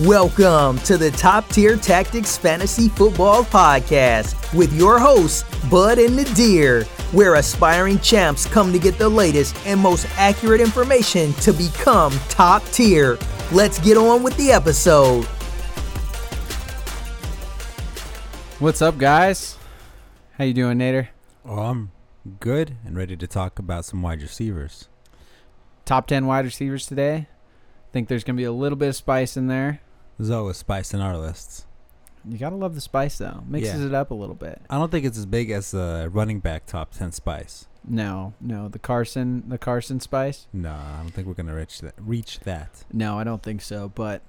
Welcome to the Top Tier Tactics Fantasy Football Podcast with your hosts, Bud and Nadir, where aspiring champs come to get the latest and most accurate information to become top tier. Let's get on with the episode. What's up, guys? How you doing, Nader? Oh, I'm good and ready to talk about some wide receivers. Top ten wide receivers today. Think there's gonna be a little bit of spice in there. There's always spice in our lists. You gotta love the spice though. Mixes Yeah. it up a little bit. I don't think it's as big as the running back top 10 spice. No, no, the Carson, the Carson spice. No, I don't think we're going to reach that. Reach that. No, I don't think so. But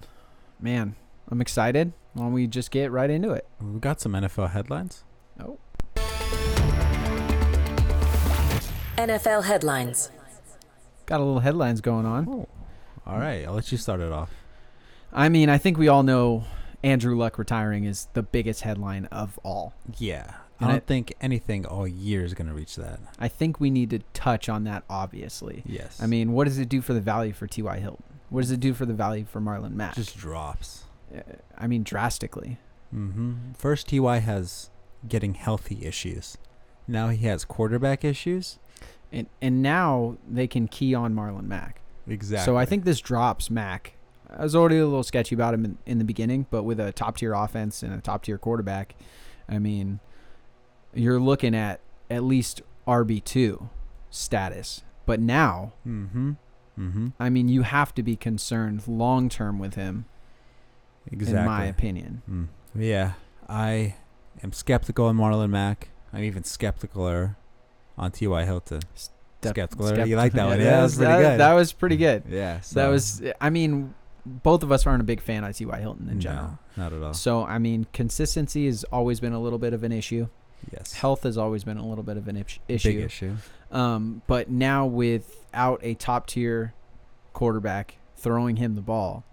man, I'm excited. Why don't we just get right into it? We've got some NFL headlines. Oh, NFL headlines. got a little headlines going on. Oh. All right, I'll let you start it off. I mean, I think we all know Andrew Luck retiring is the biggest headline of all. Yeah. I And don't I- think anything all year is going to reach that. I think we need to touch on that, obviously. Yes. I mean, what does it do for the value for T.Y. Hilton? What does it do for the value for Marlon Mack? just drops. I mean, drastically. Mhm. First TY has getting healthy issues. Now he has quarterback issues. And and now they can key on Marlon Mack. Exactly. So I think this drops Mack. I was already a little sketchy about him in, in the beginning, but with a top tier offense and a top tier quarterback, I mean, you're looking at at least RB2 status. But now, Mhm. Mhm. I mean, you have to be concerned long term with him, Exactly. in my opinion. Mm. Yeah, I am skeptical on Marlon Mack. I'm even skepticaler on T.Y. Hilton. Dep- skeptical. skep- you like that one? Yeah, that that was pretty that, good. That was pretty good. yeah, So that was, I mean, both of us aren't a big fan of T.Y. Hilton in general. No, not at all. So I mean, consistency has always been a little bit of an issue. Yes, Health has always been a little bit of an ish- issue. big issue. Um, but now without a top tier quarterback throwing him the ball,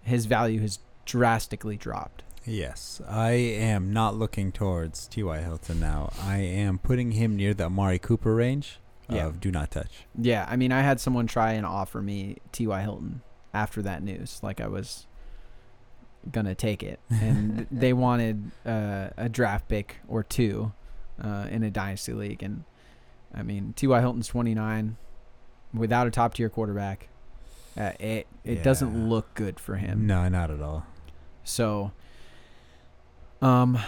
his value has drastically dropped. Yes, I am not looking towards T.Y. Hilton now. I am putting him near the Amari Cooper range Yeah. of do not touch. Yeah, I mean, I had someone try and offer me T.Y. Hilton after that news, like I was gonna take it, and they wanted uh, a draft pick or two uh, in a dynasty league, and I mean, T.Y. Hilton's twenty nine, without a top tier quarterback, uh, it it Yeah. doesn't look good for him. No, not at all. So, um,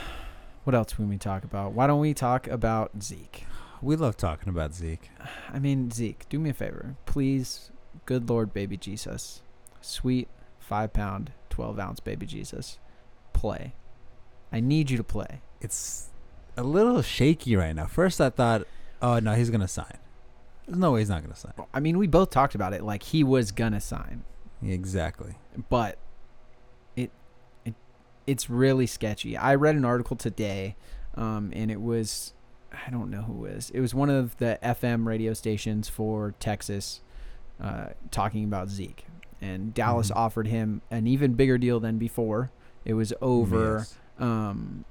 what else can we talk about? Why don't we talk about Zeke? We love talking about Zeke. I mean, Zeke, do me a favor. Please, good Lord, baby Jesus. Sweet five pound, 12 ounce baby Jesus. Play. I need you to play. it's a little shaky right now. First, I thought, oh no, he's gonna sign. There's no way he's not gonna sign. I mean, we both talked about it. Like, he was going to sign, Exactly. but it, it, it's really sketchy. I read an article today, um, and it was, I don't know who it was. It was one of the FM radio stations for Texas uh, talking about Zeke. And Dallas Mhm. offered him an even bigger deal than before. It was over. Yes. Um,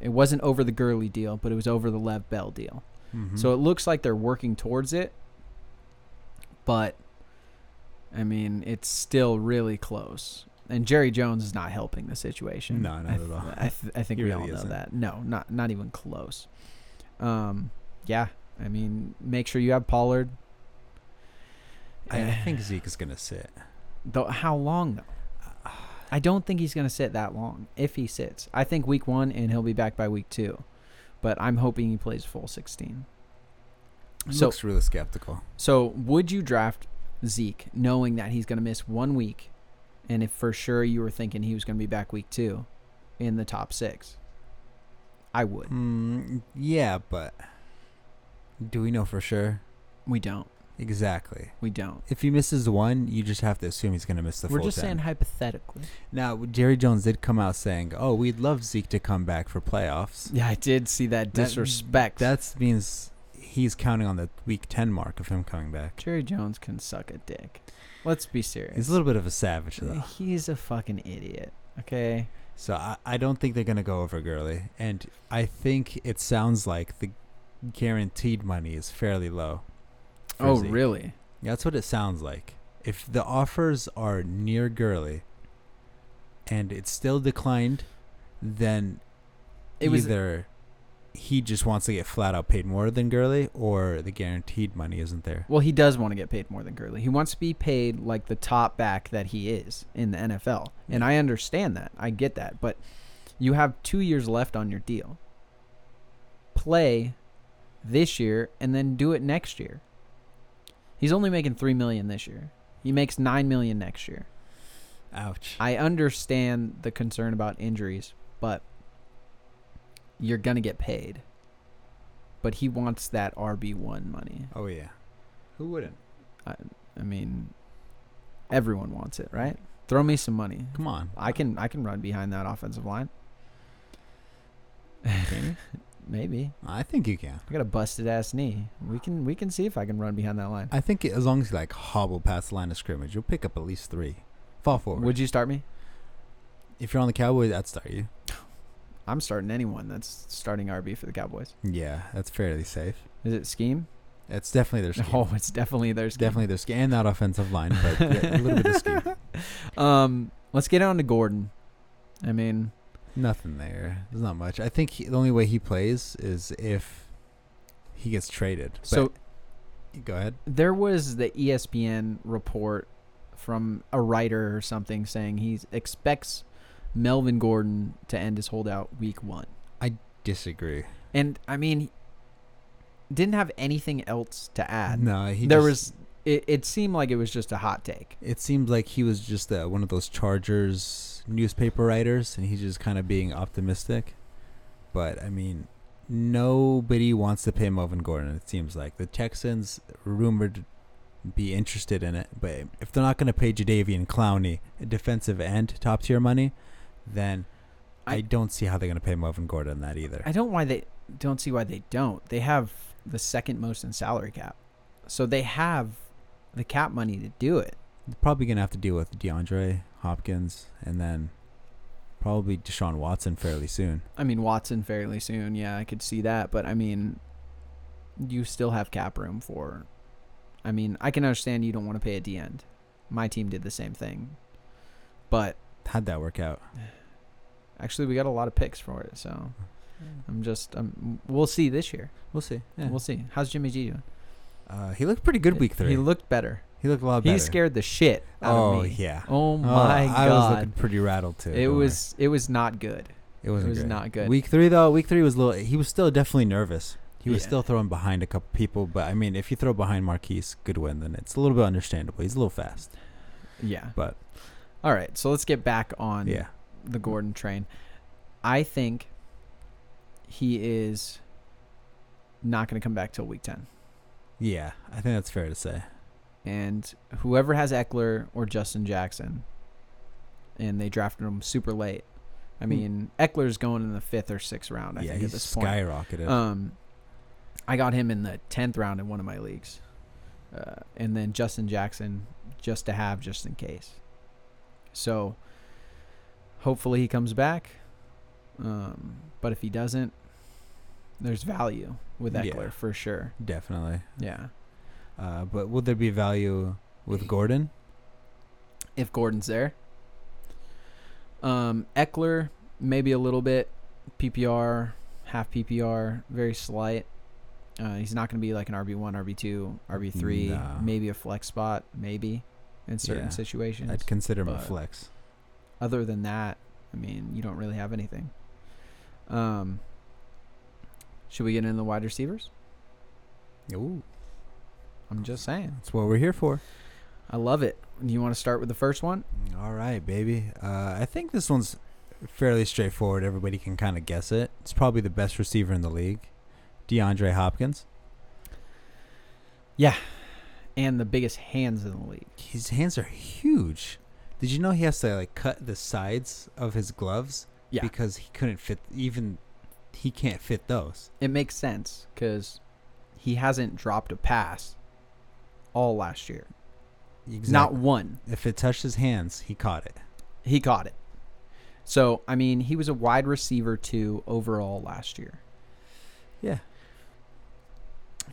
it wasn't over the Gurley deal, but it was over the Lev Bell deal. Mhm. So it looks like they're working towards it, but I mean, it's still really close. And Jerry Jones is not helping the situation. No, not I at all. I, th- I think He we really all know isn't. that. No, not not even close. Um, yeah, I mean, make sure you have Pollard. I, I Eh, think Zeke is gonna sit. though, how long though? I don't think he's gonna sit that long. If he sits, I think week one, and he'll be back by week two. But I'm hoping he plays full 16. So- Looks really skeptical. So, would you draft Zeke knowing that he's going to miss one week, and if for sure you were thinking he was going to be back week two, in the top six? I would. Mm, yeah, but do we know for sure? We don't. Exactly. We don't. If he misses one, you just have to assume he's gonna miss the We're full just 10. saying hypothetically. now, Jerry Jones did come out saying, "Oh, we'd love Zeke to come back for playoffs." Yeah, I did see that That- disrespect. That means he's counting on the week ten mark of him coming back. Jerry Jones can suck a dick. Let's be serious. He's a little bit of a savage, though. He's a fucking idiot. Okay. So I, I don't think they're going to go over Gurley. And I think it sounds like the guaranteed money is fairly low. for Oh, Zeke. really? That's what it sounds like. If the offers are near Gurley, and it's still declined, then It was either he just wants to get flat out paid more than Gurley, or the guaranteed money isn't there. well, he does want to get paid more than Gurley. He wants to be paid like the top back that he is in the NFL, and I understand that. I get that, but you have two years left on your deal. Play this year and then do it next year. He's only making three million this year. He makes nine million next year. Ouch. I understand the concern about injuries, but you're gonna get paid. But he wants that RB one money. oh yeah. Who wouldn't? I mean, everyone wants it, right? Throw me some money. Come on. I can I can run behind that offensive line. Can you? Maybe I think you can. I got a busted ass knee. We can we can see if I can run behind that line. I think as long as you like hobble past the line of scrimmage, you'll pick up at least three. Fall forward. Would you start me? if you're on the Cowboys, I'd start you. I'm starting anyone that's starting RB for the Cowboys. Yeah, that's fairly safe. Is it scheme? That's definitely their scheme. Oh, it's definitely their It's scheme. definitely their scheme and that offensive line, but yeah, a little bit of scheme. Um, let's get on to Gordon. I mean, Nothing there. There's not much. I think he, the only way he plays is if he gets traded. But so go ahead. there was the E ESPN report from a writer or something saying he expects Melvin Gordon to end his holdout week one. Disagree. And I mean, didn't have anything else to add. No, he there was. just- It, it seemed like it was just a hot take. It seemed like he was just uh, one of those Chargers newspaper writers, and he's just kind of being optimistic. But I mean, nobody wants to pay Melvin Gordon. It seems like the Texans rumored to be interested in it, but if they're not going to pay Jadavian Clowney defensive and top tier money, then I, I- don't see how they're going to pay Melvin Gordon that either. I don't why they don't see why they don't. They have the second most in salary cap, so they have the cap money to do it. They're probably going to have to deal with DeAndre Hopkins and then probably Deshaun Watson fairly soon. I mean Watson fairly soon. Yeah, I could see that, but I mean, you still have cap room for. I mean, I can understand you don't want to pay at the end. My team did the same thing, but How'd that work out? actually, we got a lot of picks for it. So I'm just, um, we'll see this year. We'll see. We'll see. How's Jimmy G doing? Uh, he looked pretty good week three. He He, looked better. looked a lot better. He scared the shit out Oh of me. yeah. Oh Oh, my I was god. looking pretty rattled too. it don't worry. was it was not good. It wasn't it was great. not good. Week three though. Week three was a little. He was still definitely nervous. He was Yeah. still throwing behind a couple people, but I mean, if you throw behind Marquise Goodwin, then it's a little bit understandable. He's a little fast, Yeah. but All right. So let's get back on yeah, the Gordon train. I think he is not going to come back till week 10. yeah. I think that's fair to say. And whoever has Eckler or Justin Jackson, and they drafted him super late. I Hmm. mean, Eckler's going in the fifth or sixth round, I yeah, think, at he's this point. skyrocketed. Um, I got him in the tenth round in one of my leagues, uh, and then Justin Jackson just to have, just in case. So, hopefully he comes back. Um, but if he doesn't, there's value with Yeah. Eckler for sure. definitely. Yeah. Uh, but will there be value with Gordon? if Gordon's there. Um, Eckler, maybe a little bit PPR, half PPR, very slight. Uh, he's not going to be like an RB1, RB2, RB3, Nah. maybe a flex spot, maybe in certain Yeah. situations. I'd consider him a but- flex. Other than that, I mean, you don't really have anything. Um, should we get into the wide receivers? Ooh, I'm just saying. that's what we're here for. I love it. Do you want to start with the first one? All right, baby. Uh, I think this one's fairly straightforward. Everybody can kind of guess it. It's probably the best receiver in the league, DeAndre Hopkins. And the biggest hands in the league. His hands are huge. Did you know he has to like cut the sides of his gloves? Yeah. Because he couldn't fit even. He can't fit those. it makes sense because he hasn't dropped a pass all last year. Not one. if it touched his hands, he caught it. He caught it. So, I mean, he was a wide receiver two overall last year. Yeah.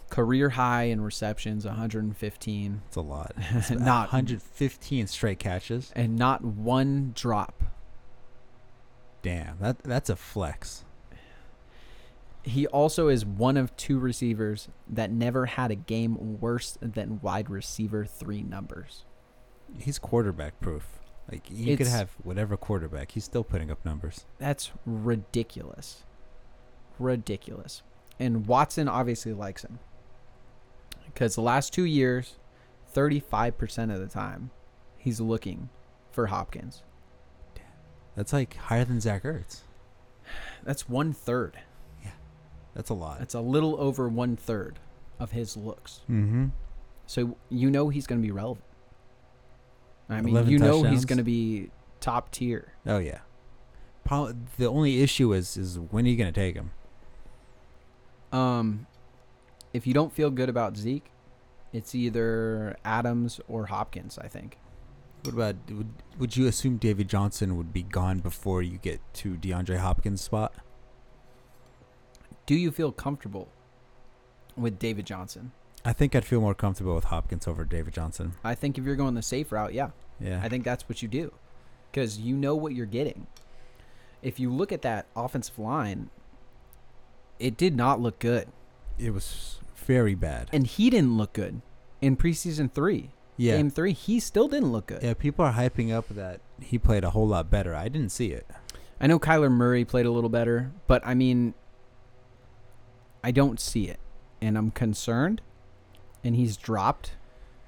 Career high in receptions, 115, It's a lot. Not- 115 straight catches. and not one drop. Damn, that that's a flex. He also is one of two receivers that never had a game worse than wide receiver three numbers. He's quarterback proof. Like you could It's- have whatever quarterback, he's still putting up numbers. That's ridiculous. Ridiculous. And Watson obviously likes him. Because the last two years, 35% of the time, he's looking for Hopkins. That's like higher than Zach Ertz. That's one third. That's a lot. That's a little over one third of his looks. mm-hmm. So you know he's going to be relevant. I mean, 11 you know he's touchdowns. going to be top tier. Oh yeah. Prob- the only issue is is when are you gonna take him? Um, if you don't feel good about Zeke, it's either Adams or Hopkins, I think. What about would, would you assume David Johnson would be gone before you get to DeAndre Hopkins' spot? Do you feel comfortable with David Johnson? I think I'd feel more comfortable with Hopkins over David Johnson. I think if you're going the safe route, yeah. Yeah. I think that's what you do because you know what you're getting. If you look at that offensive line, it did not look good. it was very bad. And he didn't look good in preseason three. yeah. Game three, he still didn't look good. Yeah, people are hyping up that he played a whole lot better. I didn't see it. I know Kyler Murray played a little better, but I mean, I don't see it, and I'm concerned. And he's dropped,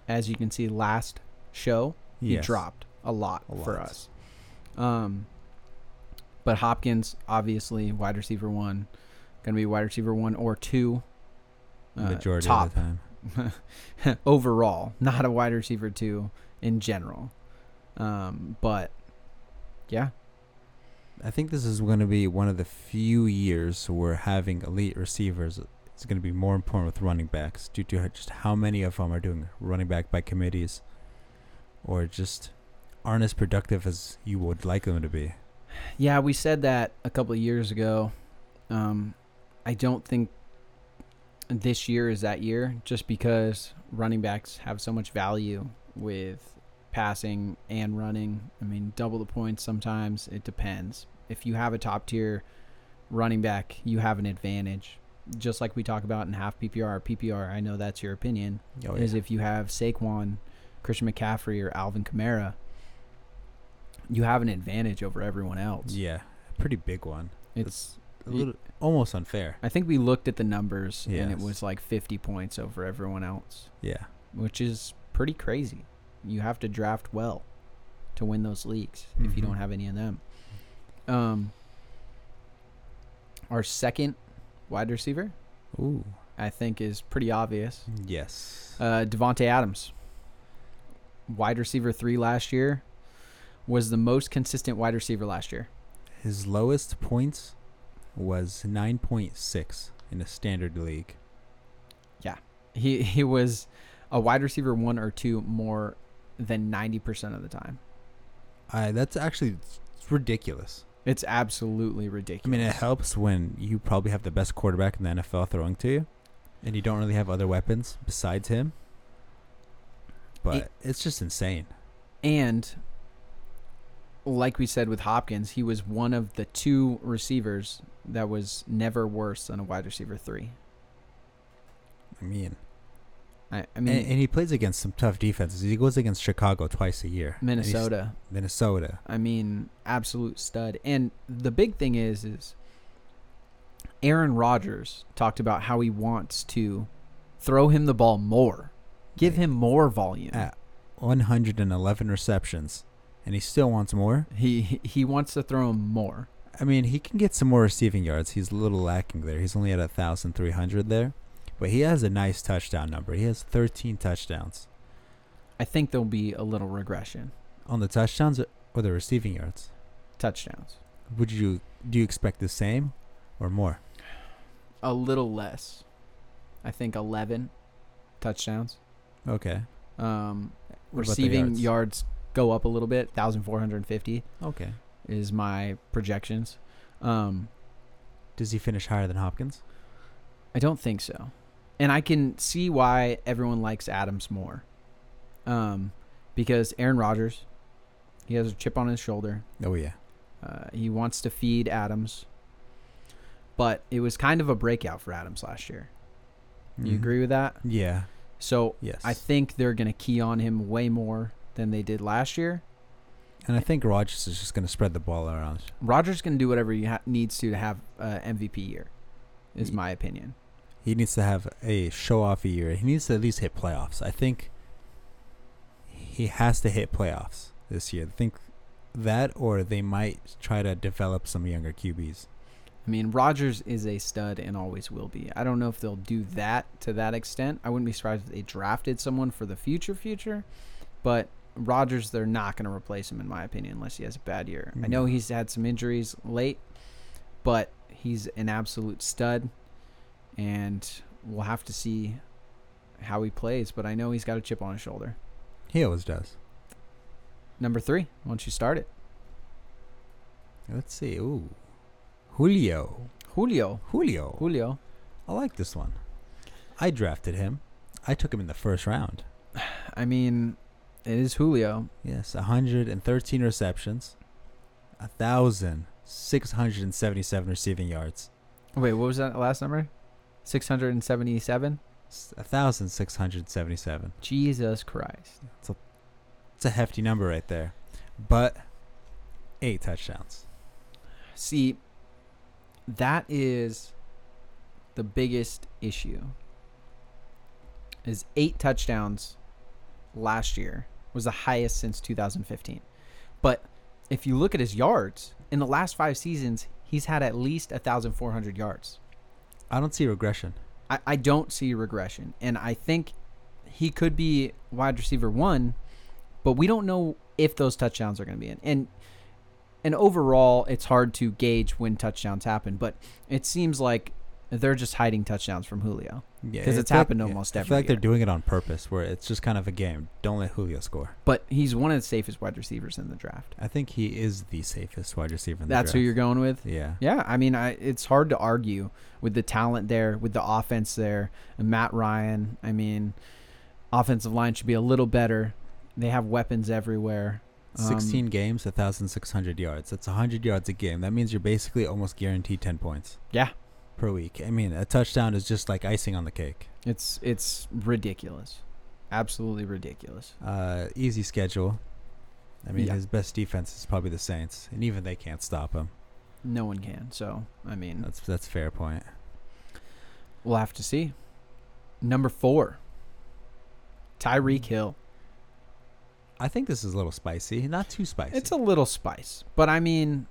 as you can see, last show he Yes. dropped a lot, A for lot. us. Um, but Hopkins, obviously, wide receiver one, going to be wide receiver one or two. uh, majority top of the time. overall, not a wide receiver two in general. Um, but yeah, I think this is going to be one of the few years where having elite receivers is going to be more important with running backs due to just how many of them are doing running back by committees or just aren't as productive as you would like them to be. Yeah, we said that a couple of years ago. Um, I don't think this year is that year, just because running backs have so much value with passing and running. I mean, double the points sometimes. It depends. If you have a top tier running back, you have an advantage. Just like we talk about in half PPR, PPR. I know that's your opinion Oh, is if you have Saquon, Christian McCaffrey, or Alvin Kamara, you have an advantage over everyone else. yeah, a pretty big one. It's A Y- little, almost unfair. I think we looked at the numbers and it Yes. was like 50 points over everyone else, Yeah. which is pretty crazy. You have to draft well to win those leagues if you Mhm. don't have any of them. Um our second wide receiver, Ooh. I think is pretty obvious. Yes. Uh, Devonte Adams, wide receiver three last year, was the most consistent wide receiver last year. His lowest points was 9.6 in a standard league. He he was a wide receiver one or two more than ninety percent of the time. I that's actually it's ridiculous. It's absolutely ridiculous. I mean, it helps when you probably have the best quarterback in the NFL throwing to you, and you don't really have other weapons besides him. But It- it's just insane. And like we said with Hopkins, he was one of the two receivers that was never worse than a wide receiver three. I mean, I, I mean and, and he plays against some tough defenses. He goes against Chicago twice a year. and he's- Minnesota. Minnesota. I mean, absolute stud. And the big thing is, is Aaron Rodgers talked about how he wants to throw him the ball more, give him more volume. At 111 receptions, and he still wants more. He he wants to throw him more. I mean, he can get some more receiving yards. He's a little lacking there. He's only at 1,300 there. But he has a nice touchdown number. He has 13 touchdowns. I think there'll be a little regression. On the touchdowns or the receiving yards, Touchdowns, would you do you expect the same or more? a little less. I think eleven touchdowns. Okay. Um, What about the receiving yards? yards go up a little bit, thousand four hundred fifty Okay. is my projections. Um, Does he finish higher than Hopkins? I don't think so. And I can see why everyone likes Adams more. Um, because Aaron Rodgers, he has a chip on his shoulder. Oh yeah. Uh, he wants to feed Adams, but it was kind of a breakout for Adams last year. You Mhm. agree with that? Yeah. So Yes. I think they're going to key on him way more than they did last year. and I think Rogers is just going to spread the ball around. Rogers can do whatever he ha- needs to to have uh, MVP year, is Ye- my opinion. He needs to have a show off a year. He needs to at least hit playoffs. I think he has to hit playoffs this year. I think that or they might try to develop some younger QBs. I mean, Rogers is a stud and always will be. I don't know if they'll do that to that extent. I wouldn't be surprised if they drafted someone for the future future, but Rogers, they're not going to replace him in my opinion unless he has a bad year. I know No. he's had some injuries late, but he's an absolute stud, and we'll have to see how he plays. But I know he's got a chip on his shoulder. He always does. Number three, once you start it, Let's see. Ooh. Julio. Julio. Julio. Julio. I like this one. I drafted him. I took him in the first round. I mean, it is Julio. Yes, 113 receptions, 1,677 receiving yards, Wait, what was that last number? 677? s- 1,677. Jesus Christ. It's a hefty number right there. But eight touchdowns. See, that is the biggest issue. Is 8 touchdowns last year was the highest since 2015. But if you look at his yards, in the last 5 seasons, he's had at least 1400 yards. I don't see regression. I, I don't see regression, and I think he could be wide receiver one, but we don't know if those touchdowns are going to be in. And and overall, it's hard to gauge when touchdowns happen, but it seems like they're just hiding touchdowns from Julio. Yeah, 'Cause I it's feel like- happened almost I feel every like year. they're doing it on purpose, where it's just kind of a game. Don't let Julio score. But he's one of the safest wide receivers in the draft. I think he is the safest wide receiver in the That's who you're draft. going with. Yeah. Yeah, I mean, I, it's hard to argue with the talent there, with the offense there, and Matt Ryan. I mean, offensive line should be a little better. They have weapons everywhere. Um, 16 games, 1,600 yards. That's 100 yards a game. That means you're basically almost guaranteed 10 points. Yeah. Per week. I mean, a touchdown is just like icing on the cake. It's it's ridiculous, absolutely ridiculous. Uh, easy schedule. I mean, Yeah. his best defense is probably the Saints, and even they can't stop him. No one can. So I mean, That's that's a fair point. we'll have to see. Number four, Tyreek Hill. I think this is a little spicy, not too spicy. It's a little spice, but I mean,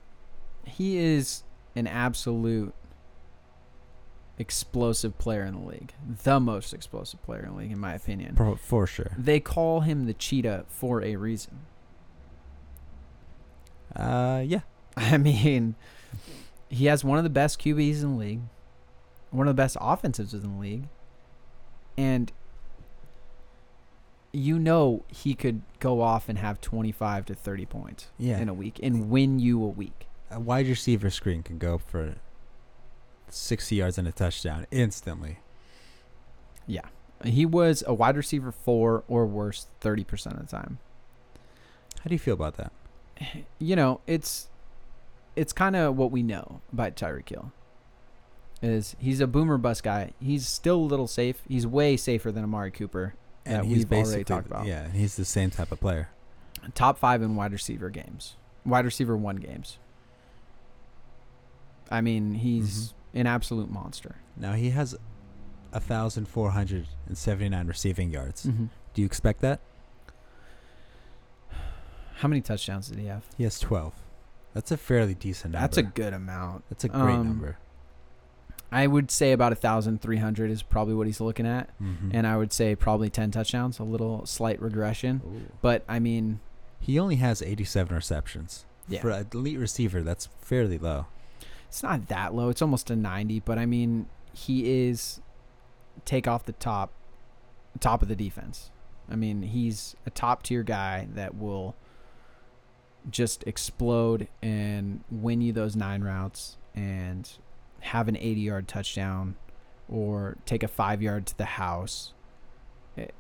he is an absolute explosive player in the league. The most explosive player in the league, in my opinion. Pro- for sure. They call him the cheetah for a reason. Uh, yeah. I mean, he has one of the best QBs in the league, one of the best offensives in the league, and you know he could go off and have 25 to 30 points Yeah. in a week and win you a week. A wide receiver screen can go for 60 yards and a touchdown instantly. He was a wide receiver 4 or worse 30% of the time. How do you feel about that? You know, it's it's kind of what we know about Tyreek Hill. Is he's a boomer bust guy. He's still a little safe. He's way safer than Amari Cooper. that we've already talked about. Yeah, and he's the same type of player. top five in wide receiver games, wide receiver one games. I mean, he's an absolute monster. Now he has a thousand four hundred and seventy nine receiving yards. Mm. Do you expect that? How many touchdowns did he have? He has twelve. That's a fairly decent number. That's a good amount. that's a great um, number. I would say about a thousand three hundred is probably what he's looking at, Mm-hmm. and I would say probably ten touchdowns, a little slight regression. But I mean, he only has eighty seven receptions. Yeah. For an elite receiver, that's fairly low. it's not that low. It's almost a ninety. But I mean, he is take off the top, top of the defense. I mean, he's a top tier guy that will just explode and win you those nine routes and have an 80 yard touchdown or take a five yard to the house. Eh, It-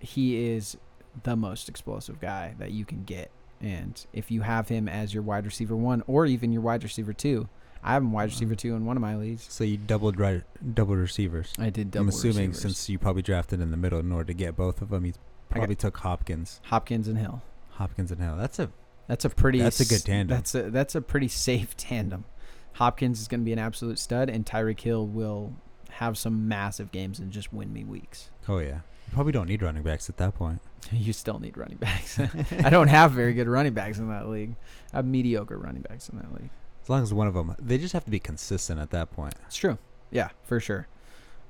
he is the most explosive guy that you can get. And if you have him as your wide receiver one or even your wide receiver two, I have him wide receiver two in one of my leagues. So you doubled right, double receivers. I did double. I'm assuming receivers. since you probably drafted in the middle in order to get both of them, you I got- probably took Hopkins, Hopkins and Hill. Hopkins and Hill. That's a That's a pretty. That's a good s- tandem. That's a that's a pretty safe tandem. Hopkins is going to be an absolute stud, and Tyreek Hill will have some massive games and just win me weeks. oh yeah. You probably don't need running backs at that point. You still need running backs. I don't have very good running backs in that league. I have mediocre running backs in that league. As long as one of them, they just have to be consistent at that point. It's true. Yeah, for sure.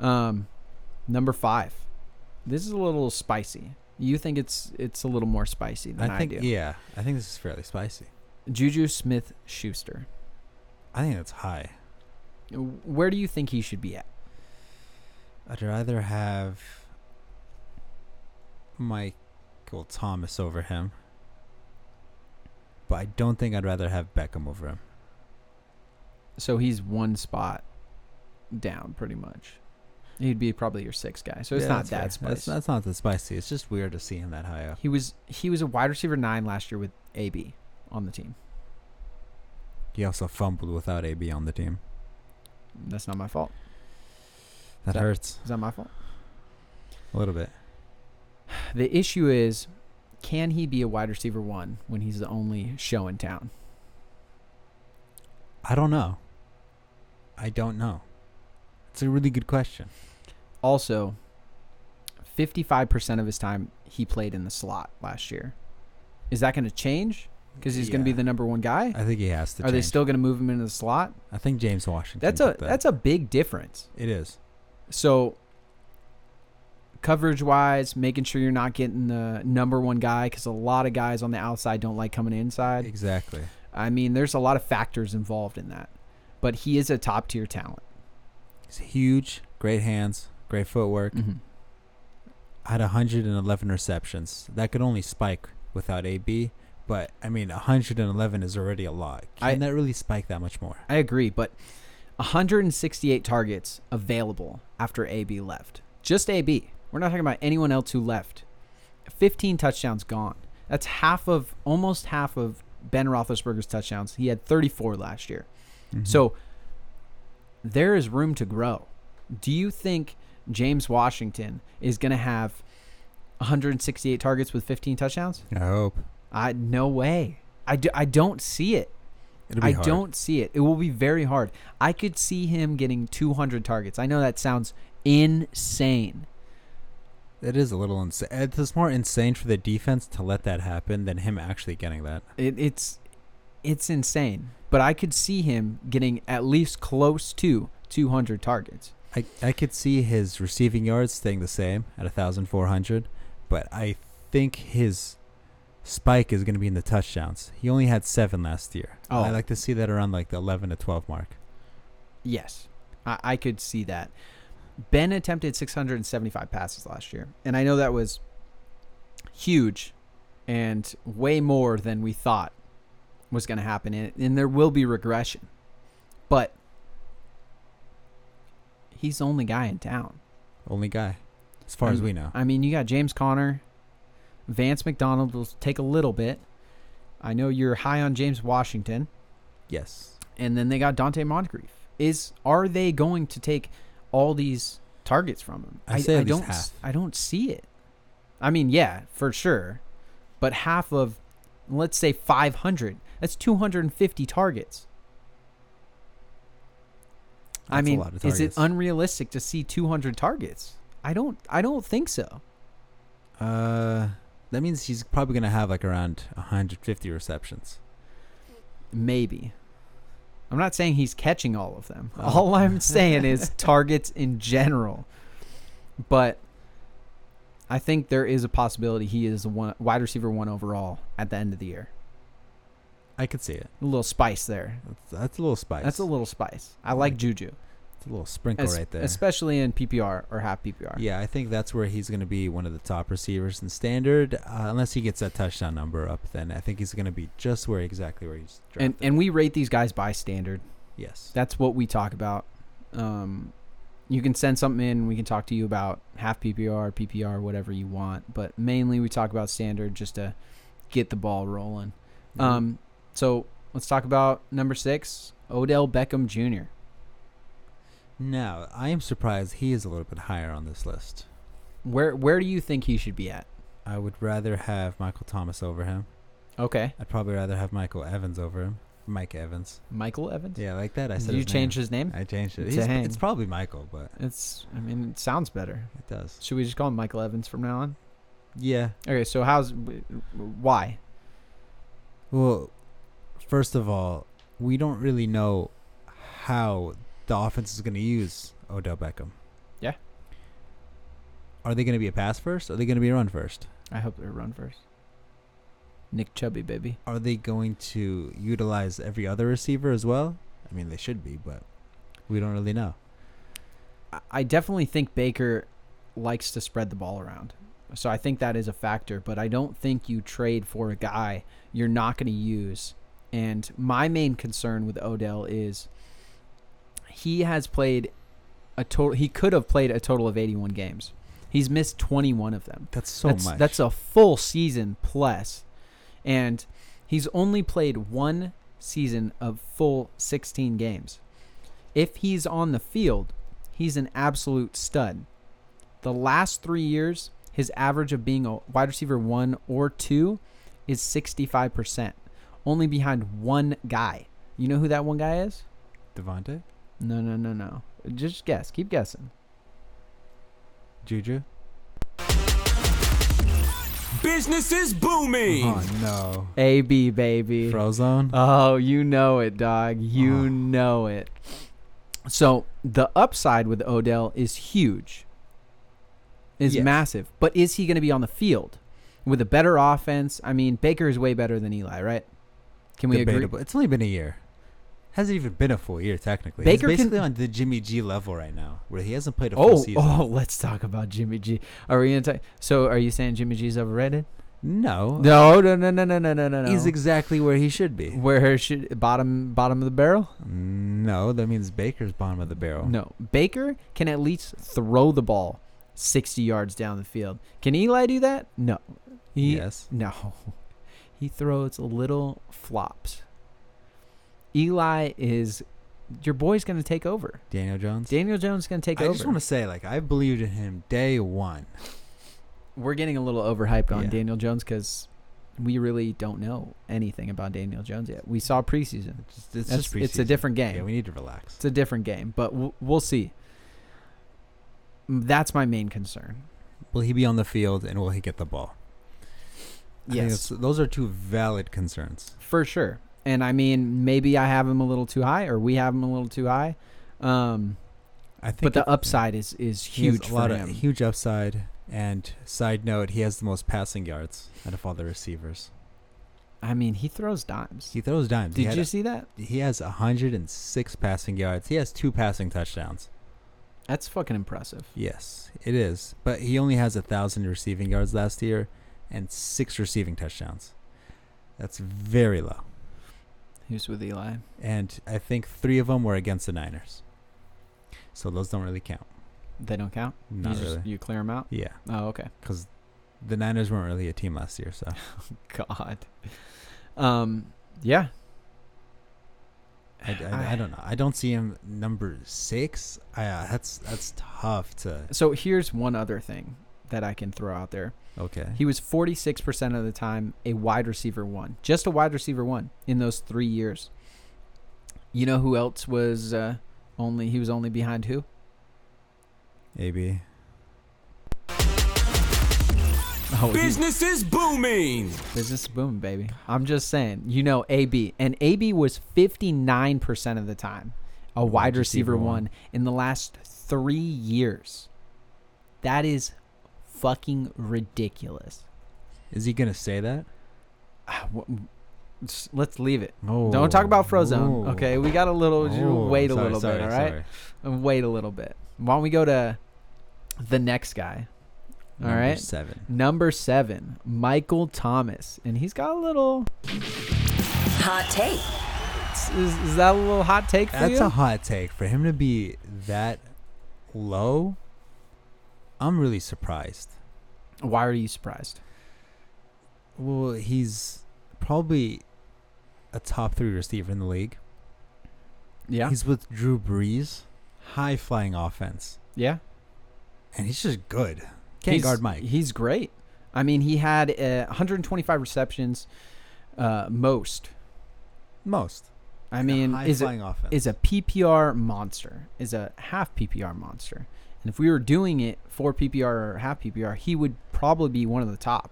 Um, number five. This is a little spicy. You think it's it's a little more spicy than I, I think do. yeah, I think this is fairly spicy. Juju Smith Schuster. I think that's high. Where do you think he should be at? I'd rather have Michael Thomas over him, but I don't think I'd rather have Beckham over him. So he's one spot down, pretty much. He'd be probably your sixth guy. So it's Yeah, not that's that fair. spicy. That's, that's not that spicy. It's just weird to see him that high up. he was he was a wide receiver nine last year with AB on the team. He also fumbled without AB on the team. That's not my fault. That That- hurts Is that my fault? a little bit. The issue is, can he be a wide receiver one when he's the only show in town? I don't know. I don't know. It's a really good question. Also, 55% of his time he played in the slot last year. Is that going to change? Because he's going to be Yeah. the number one guy. I think he has to. Are they change. still going to move him into the slot? I think James Washington. That's a did that. that's a big difference. It is. So coverage wise, making sure you're not getting the number one guy because a lot of guys on the outside don't like coming inside. Exactly. I mean, there's a lot of factors involved in that, but he is a top tier talent. He's huge. Great hands. Great footwork. Mm-hmm. Had 111 receptions. That could only spike without AB. But I mean, 111 is already a lot. Can I- that really spike that much more? I agree, but 168 targets available after AB left. Just AB. We're not talking about anyone else who left. 15 touchdowns gone. That's half of almost half of Ben Roethlisberger's touchdowns. He had 34 last year. So there is room to grow. Do you think James Washington is going to have 168 targets with 15 touchdowns? I hope I no way. I, do, I don't see it. it'll be I hard. don't see it. It will be very hard. I could see him getting 200 targets. I know that sounds insane. It is a little insane. It's more insane for the defense to let that happen than him actually getting that. It, it's it's insane. But I could see him getting at least close to 200 targets. I, I could see his receiving yards staying the same at 1,400, but I think his spike is going to be in the touchdowns. He only had seven last year. Oh. I like to see that around like the 11 to 12 mark. Yes, I, I could see that. Ben attempted 675 passes last year, and I know that was huge and way more than we thought was going to happen. And, and there will be regression, but he's the only guy in town. Only guy, as far as I'm- we know. I mean, you got James Conner, Vance McDonald will take a little bit. I know you're high on James Washington yes. and then they got Dante Moncrief. Is are they going to take all these targets from him? I'd say at least don't. half. s- I don't see it. I mean, yeah, for sure, but half of, let's say, five hundred. That's two hundred and fifty targets. I That's a mean, lot of is it targets. unrealistic to see two hundred targets? I don't. I don't think so. Uh, that means he's probably going to have like around 150 receptions. Maybe. I'm not saying he's catching all of them. Oh. All I'm saying is targets in general. But I think there is a possibility he is the one wide receiver one overall at the end of the year. I could see it. A little spice there. That's, that's a little spice. That's a little spice. I like Juju, It's a little sprinkle es- right there. especially in PPR or half PPR. Yeah, I think that's where he's going to be one of the top receivers in standard, uh, unless he gets that touchdown number up. Then I think he's going to be just where exactly where he's drafted. And and we rate these guys by standard. yes, That's what we talk about. Um, you can send something in. We can talk to you about half PPR, PPR, whatever you want. But mainly, we talk about standard just to get the ball rolling. Mm-hmm. Um, so let's talk about number six, Odell Beckham Jr. Now, I am surprised he is a little bit higher on this list. Where where do you think he should be at? I would rather have Michael Thomas over him. Okay, I'd probably rather have Michael Evans over him. Mike Evans. Michael Evans. Yeah, like that. I Did said you his change name. his name? I changed it. It's a He's- hang. It's probably Michael, but It's. I mean, it sounds better. it does. Should we just call him Michael Evans from now on? Yeah. Okay. So how's w- w- why? Well, first of all, we don't really know how the offense is going to use Odell Beckham. Yeah. Are they going to be a pass first? Are they going to be a run first? I hope they run first. Nick Chubby, baby. Are they going to utilize every other receiver as well? I mean, they should be, but we don't really know. I- I definitely think Baker likes to spread the ball around. So I think that is a factor, but I don't think you trade for a guy you're not going to use. And my main concern with Odell is he has played a total he could have played a total of 81 games. He's missed 21 of them. That's so that's, much. That's a full season plus, and he's only played one season of full 16 games. If he's on the field, he's an absolute stud. The last three years, his average of being a wide receiver one or two is 65%, only behind one guy. You know who that one guy is? Devontae, No, no, no, no. Just guess. Keep guessing. Juju. Business is booming. Oh AB, no, baby. Frozone. Oh, you know it, dog. You Oh. know it. So the upside with Odell is huge, is Yes. massive. But is he going to be on the field with a better offense? I mean, Baker is way better than Eli, right? Can we Debatable. agree? It's only been a year. Hasn't even been a full year technically. He's Baker can- basically on the Jimmy G level right now, where he hasn't played a full Oh, season. oh, let's talk about Jimmy G. Are we gonna talk? So, are you saying Jimmy G's overrated? No, No, no, no, no, no, no, no, no. he's exactly where he should be. where should bottom bottom of the barrel? No, that means Baker's bottom of the barrel. No, Baker can at least throw the ball 60 yards down the field. Can Eli do that? No. He, Yes. No. He throws little flops. Eli is your boy's going to take over. Daniel Jones. Daniel Jones is going to take I over. just want to say, like, I believed in him day one. We're getting a little overhyped on Yeah. Daniel Jones cuz we really don't know anything about Daniel Jones yet. We saw preseason. It's, just- it's That's- just it's a preseason. different game. Yeah, we need to relax. It's a different game, but we'll, we'll see. That's my main concern. Will he be on the field and will he get the ball? I think Yes. that's- those are two valid concerns. for sure. And I mean, maybe I have him a little too high, or we have him a little too high. Um, I think, but the if- upside is is he has huge a lot for of him. huge upside. And side note, he has the most passing yards out of all the receivers. I mean, he throws dimes. He throws dimes. he Did had- you see that? he has 106 passing yards. He has two passing touchdowns. That's fucking impressive. Yes, it is. But he only has a thousand receiving yards last year and six receiving touchdowns. That's very low. He was with Eli. And I think three of them were against the Niners. So those don't really count. They don't count. Not you, really. you clear him out. yeah, Oh, okay. because the Niners weren't really a team last year. So God. Um. Yeah. I, I, I don't know. I don't see him number six. I, uh, that's that's tough to. So here's one other thing that I can throw out there. Okay. He was 46% of the time a wide receiver one, just a wide receiver one in those three years. You know who else was uh, only, he was only behind who? AB. Oh, you- Business is booming. business boom, baby. I'm just saying, you know, AB. And AB was 59% of the time a wide receiver, receiver one. one. in the last three years. That is fucking ridiculous. Is he going to say that? Ah, wh- s- Let's leave it. No. Don't talk about Frozone. no. Okay, we got a little. just Oh, wait a sorry, little sorry, bit. All right, sorry. Uh, wait a little bit. Why don't we go to the next guy? All Number right. Seven. Number seven, Michael Thomas, and he's got a little. Hot take. Is, is that a little hot take for That's you? a hot take for him to be that low. I'm really surprised. Why are you surprised? Well, he's probably a top three receiver in the league. Yeah. He's with Drew Brees, high flying offense, yeah. and he's just good. Can't he's, guard Mike. He's great. I mean, he had uh, 125 receptions, uh, most. Most. I mean, high is flying a, offense. is a PPR monster, is a half PPR monster. And if we were doing it for PPR or half PPR, he would probably be one of the top.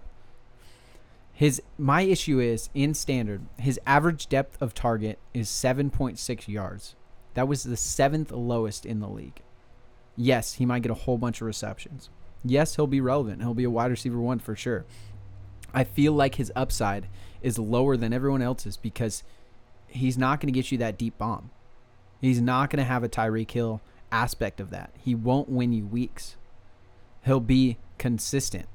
His my issue is in standard, his average depth of target is 7.6 yards. That was the seventh lowest in the league. Yes, he might get a whole bunch of receptions. Yes, he'll be relevant. He'll be a wide receiver one for sure. I feel like his upside is lower than everyone else's because he's not going to get you that deep bomb. He's not going to have a Tyreek Hill aspect of that. He won't win you weeks. He'll be consistent.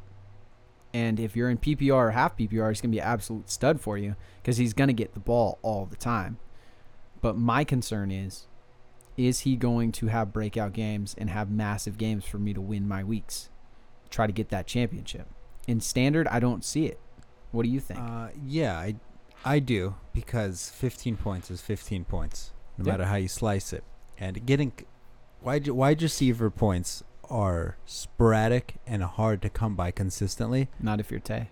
And if you're in PPR or half PPR, he's going to be an absolute stud for you because he's going to get the ball all the time. But my concern is is he going to have breakout games and have massive games for me to win my weeks? Try to get that championship. In standard, I don't see it. What do you think? Uh, yeah, I, I do because 15 points is 15 points, no Yeah. matter how you slice it. And getting wide wide receiver points are sporadic and hard to come by consistently. Not if you're Tay.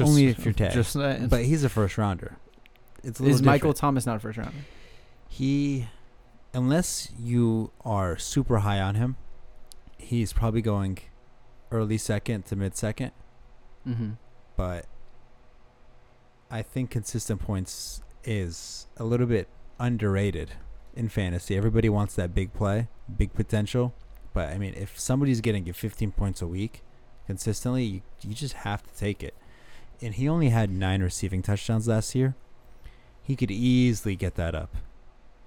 Only if you're Tay. Just saying. But he's a first rounder. It's a little Is Michael different. Thomas not a first rounder? he, unless you are super high on him, he's probably going early second to mid second. Mm-hmm. but I think consistent points is a little bit underrated in fantasy. Everybody wants that big play, big potential, but I mean, if somebody's getting you 15 points a week consistently, you, you just have to take it. And he only had nine receiving touchdowns last year. He could easily get that up,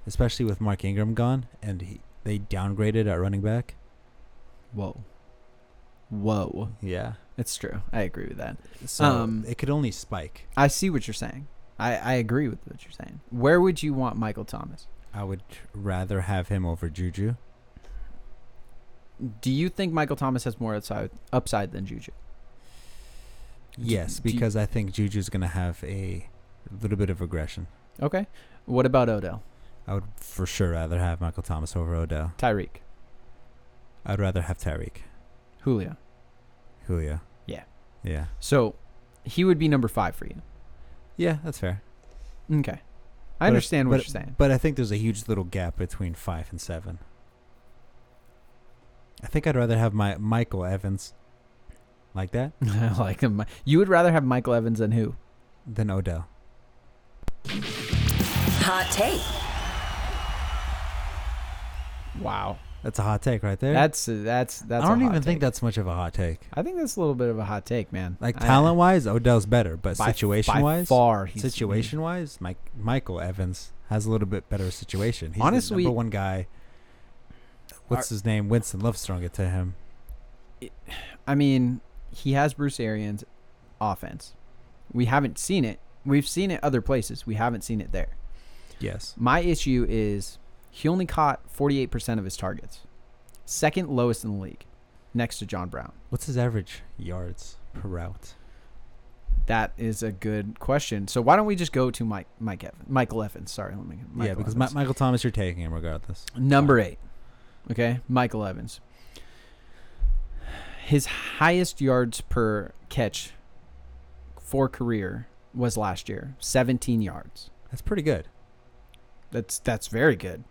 especially with Mark Ingram gone and he, they downgraded at running back. Whoa. Whoa. Yeah. It's true. I agree with that. So Um, it could only spike. I see what you're saying. I, I agree with what you're saying. Where would you want Michael Thomas? I would rather have him over Juju. Do you think Michael Thomas has more upside upside than Juju? Yes, do you- because I think Juju's going to have a little bit of aggression. Okay. What about Odell? I would for sure rather have Michael Thomas over Odell. Tyreek? I'd rather have Tyreek, Julio. Julio. Yeah. Yeah. So he would be number five for you. Yeah, that's fair. Okay. I But if- understand what but- you're saying. But I think there's a huge little gap between 5 and 7. I think I'd rather have my Michael Evans like that I like him. You would rather have Michael Evans than who? than Odell. Hot take. Wow. That's a hot take right there. That's that's that's. I don't a hot even think take. that's much of a hot take. I think that's a little bit of a hot take, man. Like I- talent-wise, Odell's better, but by- by situation-wise, far he's- situation wise, Mike Michael Evans has a little bit better situation. He's Honestly- the number one guy. What's his name? Winston Love's throwing it to him. I mean, he has Bruce Arians' offense. We haven't seen it. We've seen it other places. We haven't seen it there. Yes, My issue is he only caught 48% of his targets, second lowest in the league, next to John Brown. what's his average yards per route? That is a good question. So why don't we just go to Mike Mike Evans, Michael Evans? Sorry, let me. Michael yeah, because Evans. Mi- Michael Thomas, you're taking him regardless. number eight. Okay, Michael Evans. His highest yards per catch for career was last year, 17 yards. That's pretty good. That's that's very good.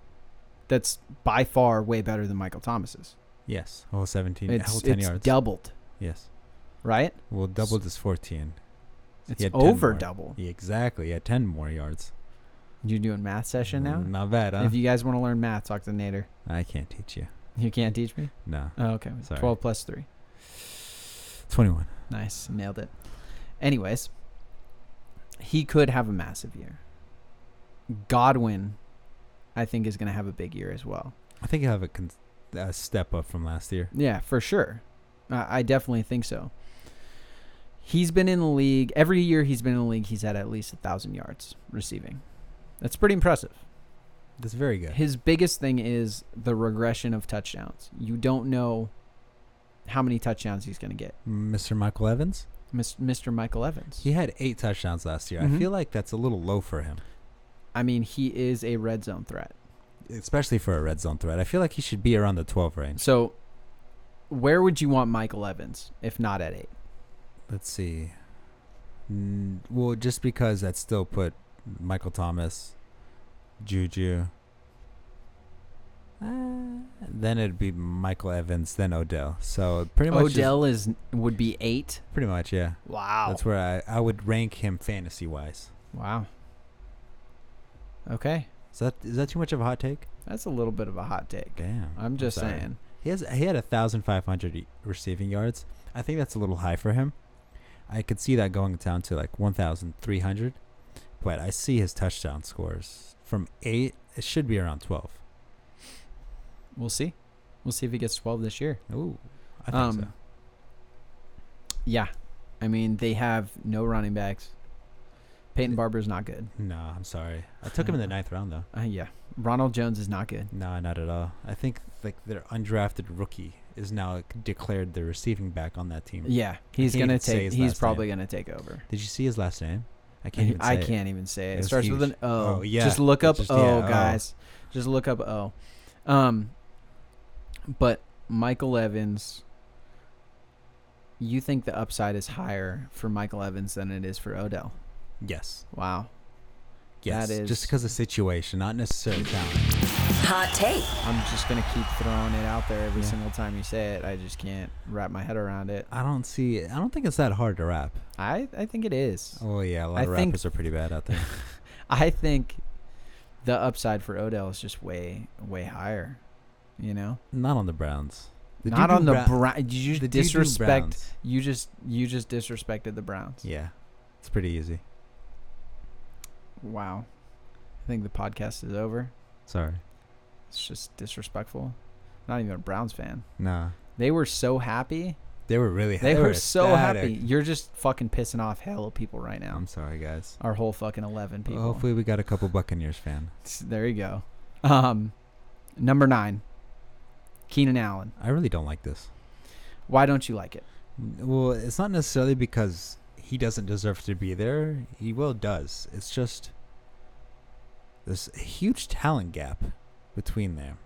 That's by far way better than Michael Thomas's. Yes, whole 17, It's, whole 10 it's yards. doubled, yes, right? well, doubled is 14. He It's had 10 over more. double. Yeah, exactly. Yeah, 10 more yards. You doing math session now? Not bad, huh? If you guys want to learn math, talk to Nader. I can't teach you. You can't teach me. No, Oh, okay, Sorry. 12 plus three. 21. Nice. Nailed it. Anyways, he could have a massive year. Godwin, I think, is going to have a big year as well. I think you have a, con- a step up from last year. Yeah, for sure. I I definitely think so. He's been in the league. Every year he's been in the league, he's had at least a 1,000 yards receiving. That's pretty impressive. That's very good. His biggest thing is the regression of touchdowns. You don't know how many touchdowns he's going to get. Mr. Michael Evans? Mis- Mr. Michael Evans. He had eight touchdowns last year. Mhm. I feel like that's a little low for him, I mean, he is a red zone threat. especially for a red zone threat. I feel like he should be around the 12 range. So, where would you want Michael Evans if not at eight? Let's see. Mm, well, just because that still put Michael Thomas, Juju. Uh, then it'd be Michael Evans, then Odell. So pretty much, just- Odell Oh. is would be eight. pretty much, yeah. Wow. That's where I, I would rank him fantasy wise. wow. Okay, Is that is that too much of a hot take? that's a little bit of a hot take. Damn. I'm just sorry. saying. He has he had a thousand five hundred receiving yards. I think that's a little high for him. I could see that going down to like one thousand three hundred, but I see his touchdown scores from eight. It should be around twelve. We'll see. We'll see if he gets 12 this year. Ooh, I think Um, so. Yeah. I mean, they have no running backs. Peyton Barber's not good. No, I'm sorry. I took him in the ninth round though. Uh, yeah. Ronald Jones is not good. No, not at all. I think like their undrafted rookie is now declared the receiving back on that team. Yeah. He's going can't to even say take his he's last probably going to take over. Did you see his last name? I can't. Even say I it. can't even say it. It, It's starts with huge. an O. Oh, yeah. Just look up Just- O, yeah, O. guys. Just look up O. Um, but Michael Evans, you think the upside is higher for Michael Evans than it is for Odell? Yes. Wow. Yes. That is- Just because of situation, not necessarily talent. Hot take. I'm just gonna keep throwing it out there every Yeah. single time you say it. I just can't wrap my head around it. I don't see. I don't think it's that hard to rap. I I think it is. Oh yeah, a lot I of think- rappers are pretty bad out there. I think the upside for Odell is just way way higher. You know, Not on the Browns. The not Juju on the Brown- Brown. Did you the just Juju disrespect? Browns. You just you just disrespected the Browns. Yeah, it's pretty easy. Wow. I think the podcast is over. Sorry. It's just disrespectful. Not even a Browns fan. Nah, They were so happy. they were really. They, were, so ecstatic. happy. You're just fucking pissing off hella people right now. I'm Oh, sorry, guys. Our whole fucking eleven people. Hopefully, we got a couple Buccaneers fan. There you go. Um, number nine, Keenan Allen. I really don't like this. Why don't you like it? Well, it's not necessarily because he doesn't deserve to be there. He well does. It's just there's a huge talent gap between them.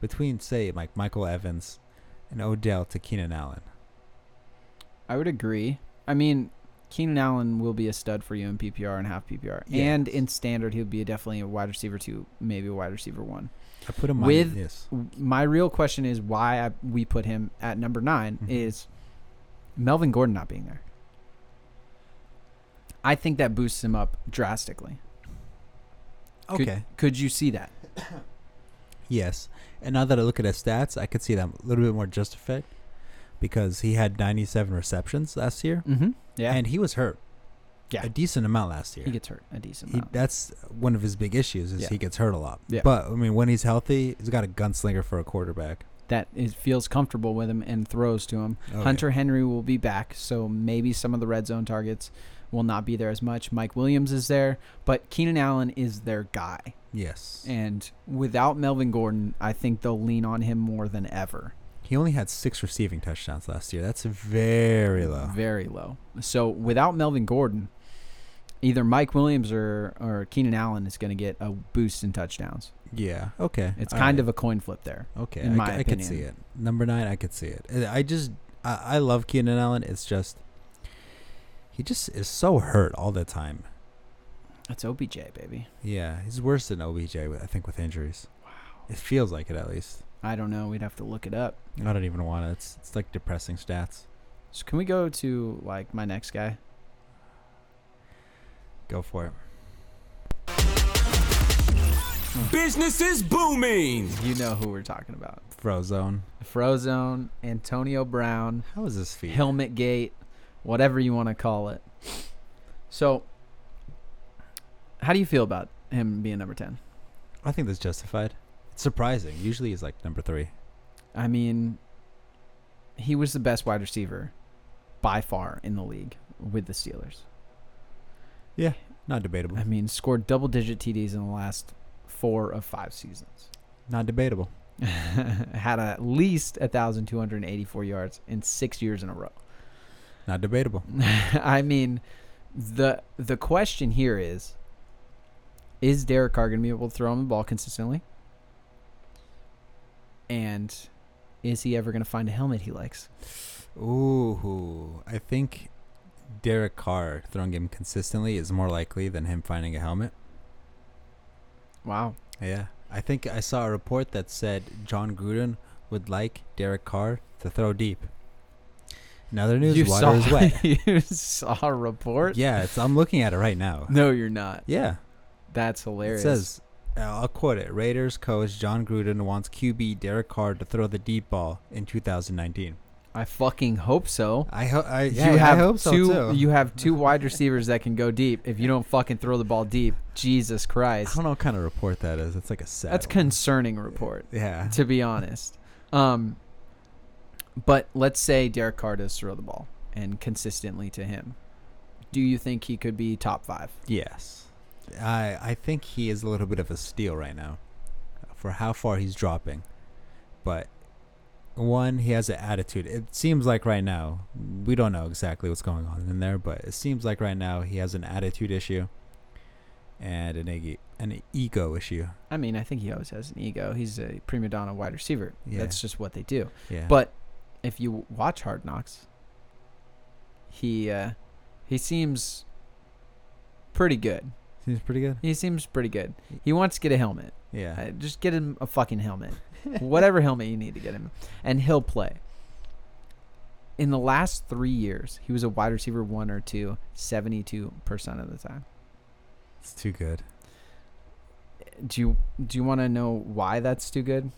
Between say like Michael Evans and Odell to Keenan Allen. I would agree. I mean, Keenan Allen will be a stud for you in PPR and half PPR, and Yes. in standard he'll be definitely a wide receiver two, maybe a wide receiver one. I put him With- on this. My real question is why I, we put him at number 9 Mhm. is Melvin Gordon not being there. I think that boosts him up drastically. Could- Okay. could you see that? Yes. And now that I look at his stats, I could see that a little bit more justified because he had 97 receptions last year Mm-hmm. Yeah. and he was hurt. Yeah. A decent amount last year. he gets hurt a decent he, amount. that's one of his big issues is Yeah. he gets hurt a lot. Yeah. But I mean, when he's healthy, he's got a gunslinger for a quarterback. that is, feels comfortable with him and throws to him. Oh, yeah. Hunter Henry will be back, so maybe some of the red zone targets will not be there as much. Mike Williams is there, but Keenan Allen is their guy. Yes. And without Melvin Gordon, I think they'll lean on him more than ever. he only had six receiving touchdowns last year. That's very low. Very low. So without Melvin Gordon, either Mike Williams or, or Keenan Allen is going to get a boost in touchdowns. yeah. Okay. It's kind of a coin flip there. okay. in I, my c- I could see it. Number nine, I could see it. And I just, I, I love Keenan Allen. It's just, he just is so hurt all the time. That's OBJ, baby. Yeah, he's worse than OBJ. with- I think with injuries. Wow. It feels like it at least. I don't know. We'd have to look it up. I don't even want to. It's it's like depressing stats. So can we go to like my next guy? Go for it. Business is booming. You know who we're talking about. Frozone. Frozone, Antonio Brown, How is this feed? Helmet Gate, whatever you want to call it. So how do you feel about him being number 10? I think that's justified. It's surprising. Usually he's like number three. I mean, he was the best wide receiver by far in the league with the Steelers. Yeah. Not debatable. I mean, scored double digit TDs in the last 4 of 5 seasons. Not debatable. Had at least 1284 yards in 6 years in a row. Not debatable. I mean, the the question here is: Is Derek Carr going to be able to throw him the ball consistently? And is he ever going to find a helmet he likes? Ooh, I think Derek Carr throwing him consistently is more likely than him finding a helmet. Wow. Yeah, I think I saw a report that said John Gruden would like Derek Carr to throw deep. Now their news water saw, is wet. you saw a report? yeah, it's, I'm looking at it right now. No, you're not. Yeah, That's hilarious. It says, uh, I'll quote it Raiders coach John Gruden wants QB Derek Carr to throw the deep ball in 2019. I fucking hope so. I, ho- I, yeah, you have I hope so two. too. You have two wide receivers that can go deep. If you don't fucking throw the ball deep, Jesus I Christ, don't know what kind of report that is. It's like a set. that's concerning report. Yeah. To be honest, um, but let's say Derek Carr does throw the ball and consistently to him. Do you think he could be top five? yes. I, I think he is a little bit of a steal right now for how far he's dropping. But one, he has an attitude. It seems like right now, we don't know exactly what's going on in there, but it seems like right now he has an attitude issue and an, ig- an ego issue. I mean, I think he always has an ego. He's a prima donna wide receiver. Yeah. That's just what they do. Yeah. But if you watch Hard Knocks, he uh, he seems pretty good. Seems pretty good. He seems pretty good. He wants to get a helmet. Yeah. Uh, just get him a fucking helmet, whatever helmet you need to get him, and he'll play. In the last three years, he was a wide receiver one or two, 72 percent of the time. It's too good. Do you do you want to know why that's too good?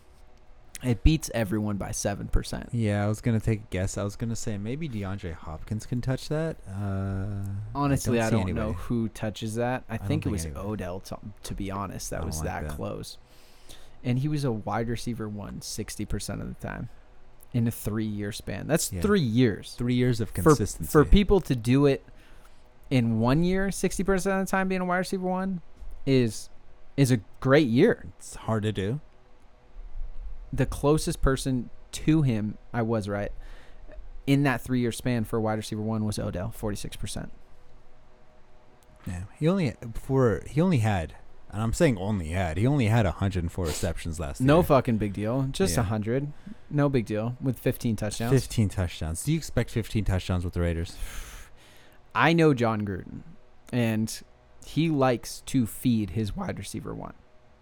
It beats everyone by seven percent. Yeah, I was gonna take a guess. I was gonna say maybe DeAndre Hopkins can touch that. Uh, Honestly, I see don't, anybody. know who touches that. I don't think it think was anybody. Odell. To, to be honest, I that don't was like that, that. close, and he was a wide receiver one 60 percent of the time in a three year span. That's Yeah. three years Three years of for consistency for people to do it in one year, 60 percent of the time being a wide receiver one is is a great year. It's hard to do. The closest person to him, I was right, in that three year span for wide receiver one was Odell, 46 percent. Yeah, he only for he only had, and I'm saying only had. He only had 104 receptions last No year. fucking big deal. Just a Yeah. 100. No big deal with 15 touchdowns. 15 touchdowns. Do you expect 15 touchdowns with the Raiders? I know John Gruden, and he likes to feed his wide receiver one.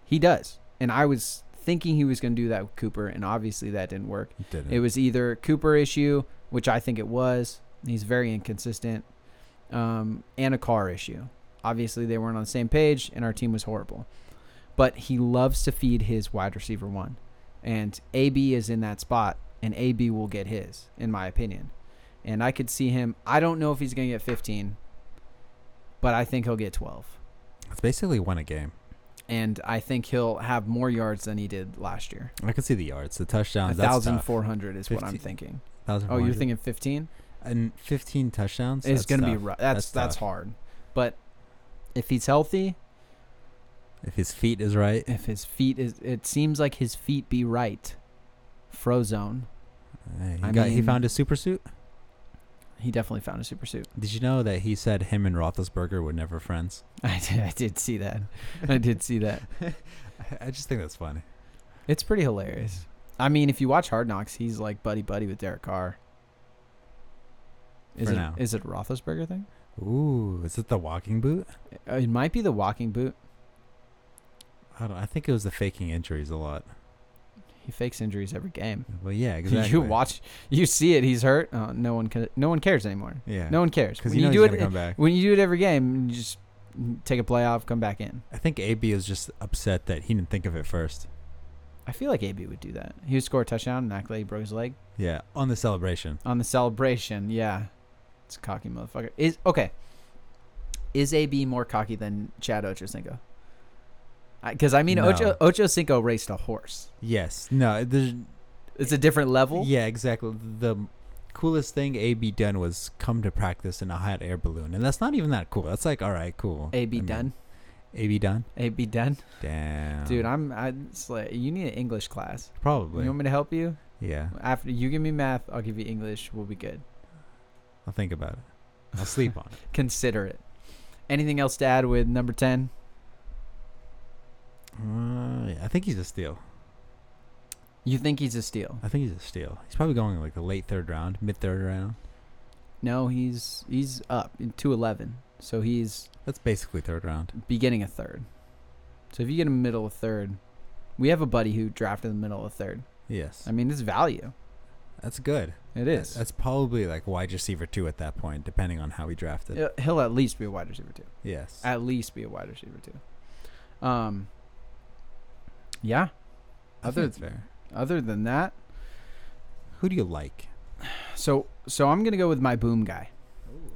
He does. And I was thinking he was going to do that with Cooper, and obviously that didn't work. Didn't. It was either Cooper issue, which I think it was. He's very inconsistent, um, and a car issue. Obviously, they weren't on the same page, and our team was horrible. But he loves to feed his wide receiver one, and AB is in that spot, and AB will get his, in my opinion. And I could see him. I don't know if he's going to get 15, but I think he'll get 12. It's basically one a game. And I think he'll have more yards than he did last year. I can see the yards, the touchdowns. Oh, that's tough. 1,400 is what I'm 15 thinking. Oh, 1,400. you're thinking 15? and 15 touchdowns. It's That's going to be tough. rough. That's that's, tough. hard. But if he's healthy, If his feet is right, if his feet is, it seems like his feet be right. Frozone, Hey, he, I got, he mean- found his super suit. he definitely found a super suit. Did you know that he said him and Roethlisberger were never friends? I did, I did see that. I did see that. I just think that's funny. It's pretty hilarious. I mean, if you watch Hard Knocks, he's like buddy buddy with Derek Carr. Is For it now. is it a Roethlisberger thing? Ooh, is it the walking boot? Uh, It might be the walking boot. I don't. I think it was the faking injuries a lot. He fakes injuries every game. Well, yeah, exactly. You watch, you see it. He's hurt. Uh, no one, ca- no one cares anymore. Yeah. No one cares. because When you you, know do he's gonna it come back. when you do it every game, you just take a playoff, come back in. I think AB is just upset that he didn't think of it first. I feel like AB would do that. He would score a touchdown and act like he broke his leg Yeah, on the celebration. on the celebration. Yeah, it's a cocky motherfucker. Is okay. Is AB more cocky than Chad Ochocinco? Because I, mean, No. Ocho Ochocinco raced a horse. Yes. No. There's, It's a different level. yeah, exactly. The coolest thing AB done was come to practice in a hot air balloon, and that's not even that cool. That's like, all right, cool. AB I mean, done. AB done. AB done. Damn. Dude, I'm. I it's like you need an English class. Probably. You want me to help you? yeah. After you give me math, I'll give you English. We'll be good. I'll think about it. I'll sleep on it. Consider it. Anything else to add with number ten? Uh, yeah, I think he's a steal. You think he's a steal? I think he's a steal. He's probably going like the late third round, mid third round. No, he's he's up in two eleven, so he's That's basically third round. beginning of third. So if you get a middle of third, we have a buddy who drafted the middle of third. Yes, I mean, it's value. that's good. It is. That's probably like wide receiver two at that point, depending on how he drafted. Uh, He'll at least be a wide receiver too. Yes. At least be a wide receiver too. Um. Yeah. I think it's fair. Other than that, Who do you like? so so I'm gonna go with my boom guy,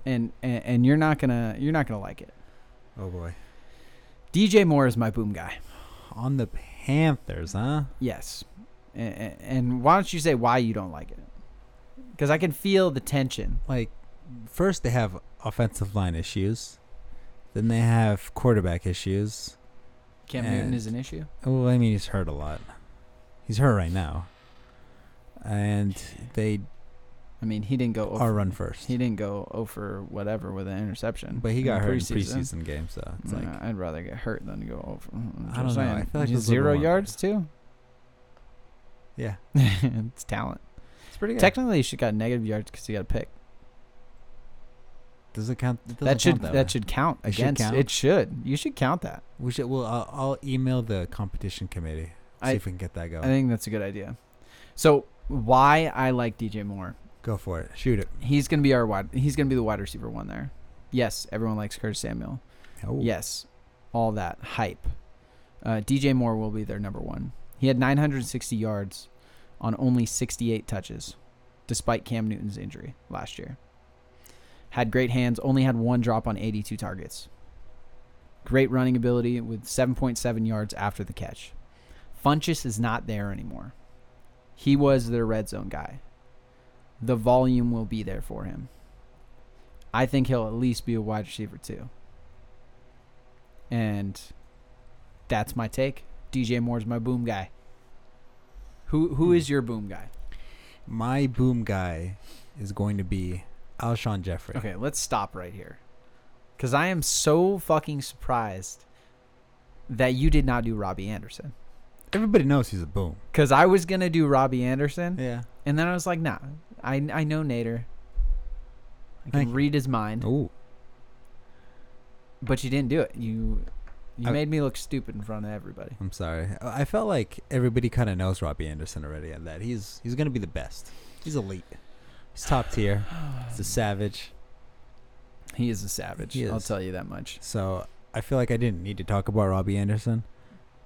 and, and and you're not gonna you're not gonna like it. Oh boy. DJ Moore is my boom guy. On the Panthers, huh? Yes. And, and why don't you say why you don't like it? Because I can feel the tension. Like, first they have offensive line issues, then they have quarterback issues. Cam Newton And- is an issue. Well, I mean, he's hurt a lot. He's hurt right now, and they I mean, he didn't go are over, run first. he didn't go over whatever with an interception. But he in got the hurt in preseason games, so it's like Nah, I'd rather get hurt than go over. I don't know. I feel He's like those are the zero ones- yards too. yeah, it's talent. it's pretty good. Technically, he should got negative yards because he got a pick. doesn't count. It doesn't that should count that, that, way. should count It should against. count? It should. You should count that. We should. Well, I'll, I'll email the competition committee. See I- if we can get that I going. think that's a good idea. So why I like DJ Moore? Go for it. Shoot it. He's gonna be our wide. He's gonna be the wide receiver one there. Yes, everyone likes Curtis Samuel. Oh. Yes, all that hype. Uh, DJ Moore will be their number one. He had 960 yards on only 68 touches, despite Cam Newton's injury last year. Had great hands, only had one drop on 82 targets. Great running ability with 7.7 yards after the catch. Funchess is not there anymore. He was their red zone guy. The volume will be there for him. I think he'll at least be a wide receiver, too. And that's my take. DJ Moore's my boom guy. Who who is your boom guy? My boom guy is going to be Alshon Jeffrey. Okay, let's stop right here. Cuz I am so fucking surprised that you did not do Robbie Anderson. Everybody knows he's a boom. Cuz I was going to do Robbie Anderson Yeah. and then I was like, "Nah. I I know Nader. I can Thank you. read his mind." Ooh. But you didn't do it. You you I- made me look stupid in front of everybody. I'm sorry. I I felt like everybody kind of knows Robbie Anderson already, and that he's he's gonna be the best. He's elite. He's top tier. He's a savage. He is a savage. He I'll is. tell you that much. So I feel like I didn't need to talk about Robbie Anderson,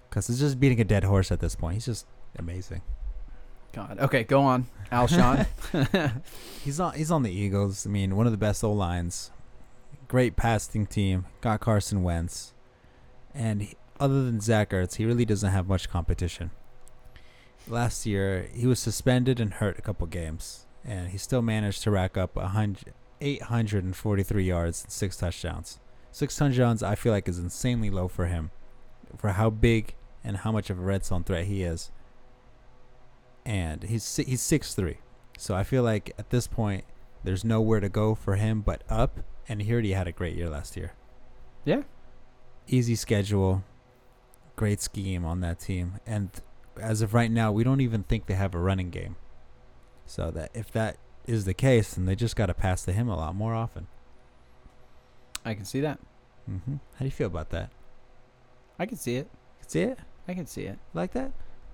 because it's just beating a dead horse at this point. He's just amazing. God. Okay, go on. Alshon. He's on he's on the Eagles. I mean, one of the best O lines, great passing team. Got Carson Wentz, and he- other than Zach Ertz, he really doesn't have much competition. Last year, he was suspended and hurt a couple games, and he still managed to rack up a hundred. 843 yards and six touchdowns. Six touchdowns, I feel like, is insanely low for him, for how big and how much of a red zone threat he is. And he's si- he's six three, so I feel like at this point, there's nowhere to go for him but up. And he already had a great year last year. Yeah. Easy schedule, great scheme on that team. And as of right now, we don't even think they have a running game. So that if that is the case, then they just got to pass to him a lot more often. I can see that. Mm-hmm. How do you feel about that? I can see it. See it I can see it. like that?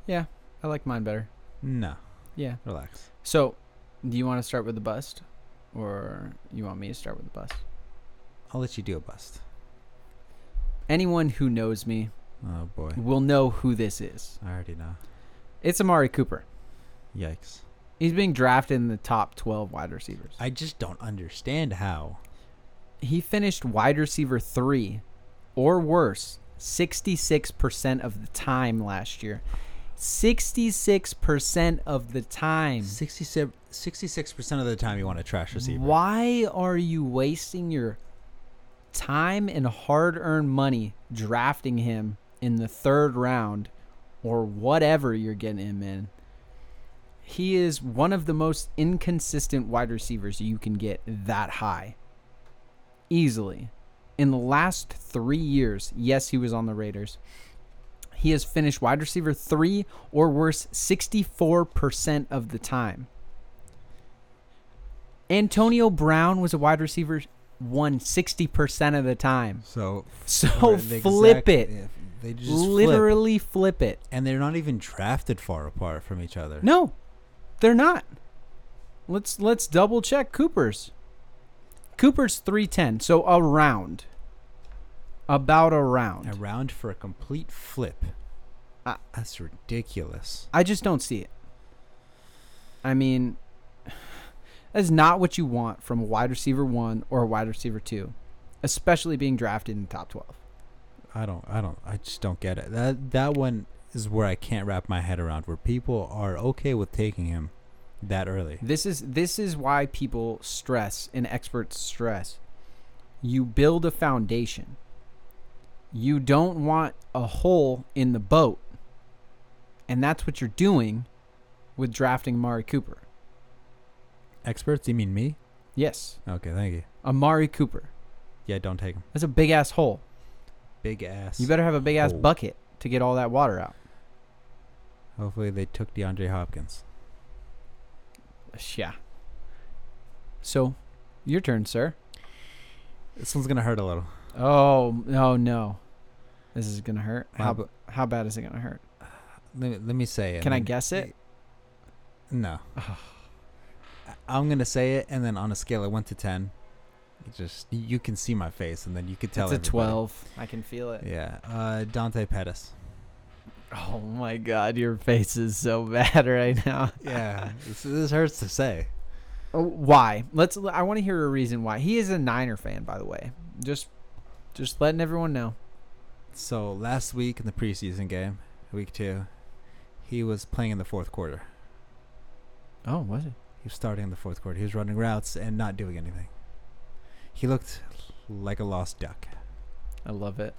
Yeah, I like mine better. No, Yeah. relax. So, do you want to start with the bust, or you want me to start with the bust? I'll let you do a bust. Anyone who knows me Oh boy, will know who this is. I already know. It's Amari Cooper. Yikes! He's being drafted in the top 12 wide receivers. I just don't understand how. he finished wide receiver three or worse 66% of the time last year. 66% of the time. 66 percent of the time you want a trash receiver. Why are you wasting your time and hard earned money drafting him in the third round or whatever you're getting him in? he is one of the most inconsistent wide receivers you can get that high. Easily. In the last three years, yes, he was on the Raiders. He has finished wide receiver three or worse 64% of the time. Antonio Brown was a wide receiver one 60% of the time. So So for the Oh, flip exact- it. yeah, They just literally, Literally flip it. and they're not even drafted far apart from each other. No, they're not. Let's let's double check Cooper's. Cooper's three ten, so around. About around. a round for a complete flip. Ah. That's ridiculous. I just don't see it. I mean, that's not what you want from a wide receiver one or a wide receiver two, especially being drafted in the top twelve. I don't. I don't. I just don't get it. That that one is where I can't wrap my head around. Where people are okay with taking him that early. This is this is why people stress and experts stress. You build a foundation. You don't want a hole in the boat. And that's what you're doing with drafting Amari Cooper. Experts, you mean me? Yes, Okay, thank you. Amari Cooper. Yeah, don't take him. That's a big ass hole. Big ass. You better have a big ass Hole. bucket to get all that water out. Hopefully they took DeAndre Hopkins. Yeah. So, your turn, sir. This one's gonna hurt a little. Oh, oh no. This is going to hurt. My How bu- how bad is it going to hurt? Let me, let me say it. Can I and- guess it? No. I- I'm gonna say it, and then on a scale of one to ten, it just you can see my face, and then you could tell. It's a everybody. 12. I can feel it. Yeah, uh, Dante Pettis. Oh my god, your face is so bad right now. Yeah, this, this hurts to say. Oh, why? Let's I want to hear a reason why. He is a Niner fan by the way. Just just letting everyone know. So last week in the preseason game, week two, he was playing in the fourth quarter. Oh, was it? He was starting in the fourth quarter. He was running routes and not doing anything. He looked like a lost duck. I love it.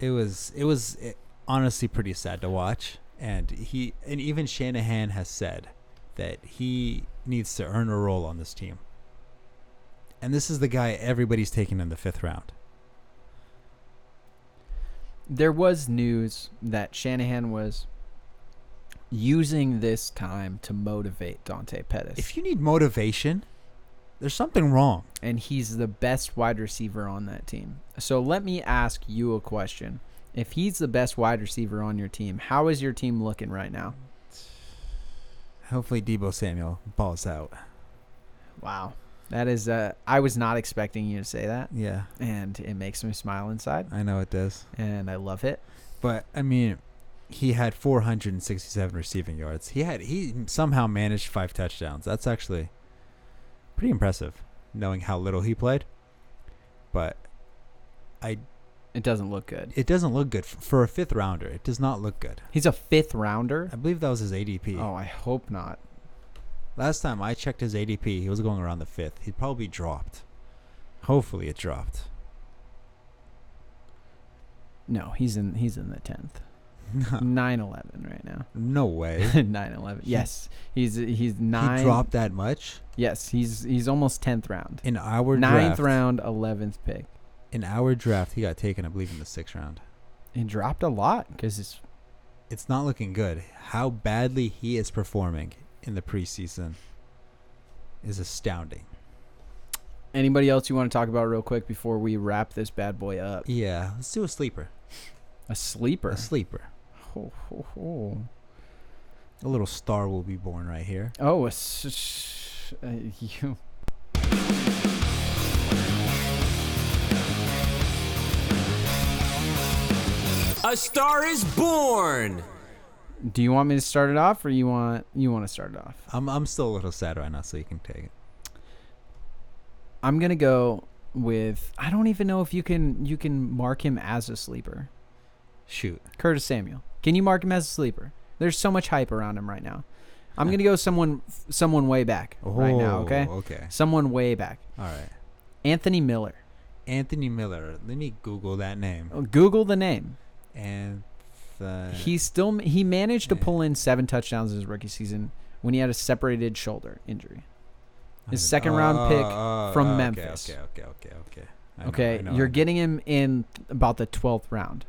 It was it was eh, honestly pretty sad to watch. And he and even Shanahan has said that he needs to earn a role on this team. And this is the guy everybody's taking in the fifth round. There was news that Shanahan was using this time to motivate Dante Pettis. If you need motivation, there's something wrong. and he's the best wide receiver on that team. So let me ask you a question. If he's the best wide receiver on your team, how is your team looking right now? Hopefully Debo Samuel balls out. Wow. That is uh I was not expecting you to say that Yeah, and it makes me smile inside I know it does. and I love it. But I mean, he had 467 receiving yards. He had he somehow managed five touchdowns. That's actually pretty impressive, knowing how little he played. But I It doesn't look good. it doesn't look good F- for a fifth rounder. It does not look good. He's a fifth rounder. I believe that was his ADP. Oh, I hope not. Last time I checked his ADP, he was going around the fifth. He'd probably dropped. Hopefully, it dropped. No, he's in he's in the 10th. 9-11 right now. No way. 9-11. Yes. He's he's 9 He dropped that much Yes, he's he's almost 10th round. in our Ninth draft. round, 11th pick. In our draft, he got taken, I believe, in the sixth round. He dropped a lot because it's It's not looking good. How badly he is performing in the preseason is astounding. anybody else you want to talk about real quick before we wrap this bad boy up. Yeah, let's do a sleeper. A sleeper. A sleeper. Ho, ho, ho. A little star will be born right here. Oh, a s- s- uh, you. A star is born. Do you want me to start it off, or you want you want to start it off? I'm I'm still a little sad right now, so you can take it. I'm gonna go with. I don't even know if you can you can mark him as a sleeper. Shoot. Curtis Samuel. Can you mark him as a sleeper? There's so much hype around him right now. I'm gonna go someone someone way back right now. Oh, Okay. Okay. Someone way back. All right. Anthony Miller. Anthony Miller. Let me Google that name. Google the name. And the, Oh. He still he managed to Yeah. pull in seven touchdowns his rookie season, when he had a separated shoulder injury. I His haven't- second round pick oh, from okay, Memphis. Okay, okay, okay, okay. I know, Okay, I know, you're I know. getting him in about the twelfth round.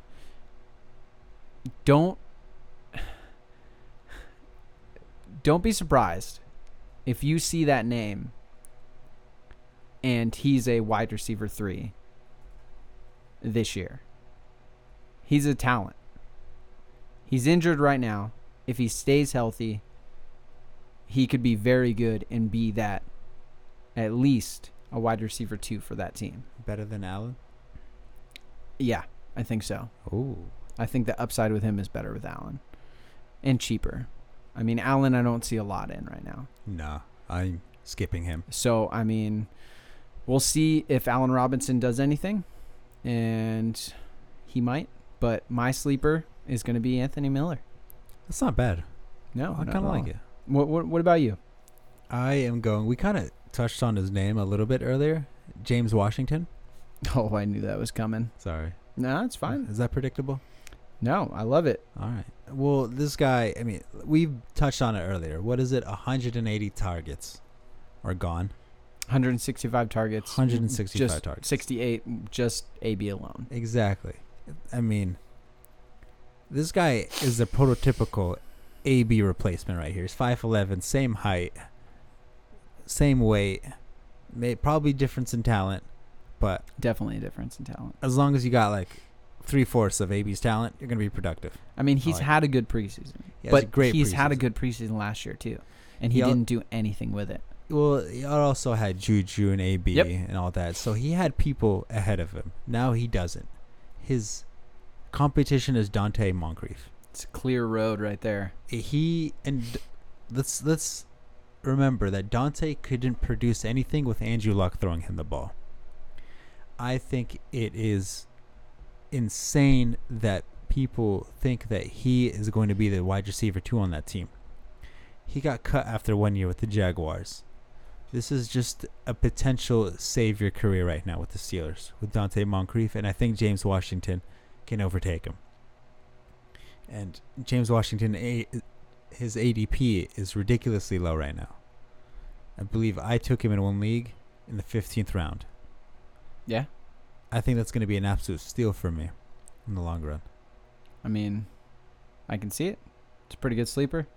Don't don't be surprised if you see that name and he's a wide receiver three this year. He's a talent. He's injured right now. If he stays healthy, he could be very good and be that at least a wide receiver two for that team. better than Allen. Yeah, I think so. Oh, I think the upside with him is better with Allen and cheaper. I mean, Allen, I don't see a lot in right now. nah, I'm skipping him. So, I mean, we'll see if Allen Robinson does anything, and he might. But my sleeper is going to be Anthony Miller. That's not bad. No, Oh, I kind of like it. What, what What about you? I am going. We kind of touched on his name a little bit earlier. James Washington. Oh, I knew that was coming. Sorry. No, it's fine. Is that predictable? No, I love it. All right. Well, this guy, I mean, we touched on it earlier. What is it? 180 targets are gone. 165 targets. 165 just targets. 68 just AB alone. Exactly. I mean, this guy is the prototypical AB replacement right here. He's 5'11, same height, same weight, may, probably difference in talent, but Definitely a difference in talent. as long as you got like three fourths of AB's talent, you're going to be productive. I mean, he's like had a good preseason, He has a but great he's had a preseason. good preseason last year too, and he He al- didn't do anything with it. Well, he also had Juju and AB Yep. and all that. So he had people ahead of him. Now he doesn't. His competition is Dante Moncrief. It's a clear road right there. He and let's let's remember that Dante couldn't produce anything with Andrew Luck throwing him the ball. I think it is insane that people think that he is going to be the wide receiver two on that team. He got cut after one year with the Jaguars. This is just a potential save your career right now with the Steelers, with Dante Moncrief, and I think James Washington can overtake him. And James Washington, a- his ADP is ridiculously low right now. I believe I took him in one league in the 15th round. Yeah, I think that's going to be an absolute steal for me in the long run. I mean, I can see it. It's a pretty good sleeper.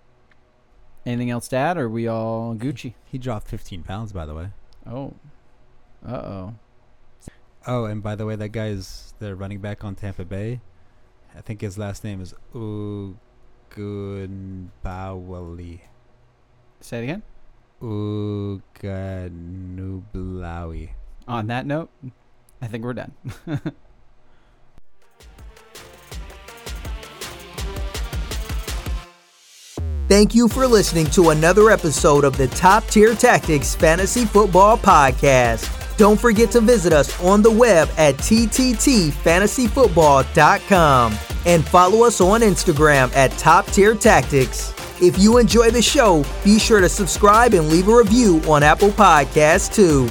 Anything else to add? Or are we all Gucci? He dropped 15 pounds, by the way. Oh, uh oh. Oh, and by the way, that guy is the running back on Tampa Bay. I think his last name is Ugunbawali. Say it again. Uganublawi. On that note, I think we're done. Thank you for listening to another episode of the Top Tier Tactics Fantasy Football Podcast. Don't forget to visit us on the web at tttfantasyfootball.com and follow us on Instagram at Top Tier Tactics. If you enjoy the show, be sure to subscribe and leave a review on Apple Podcasts too.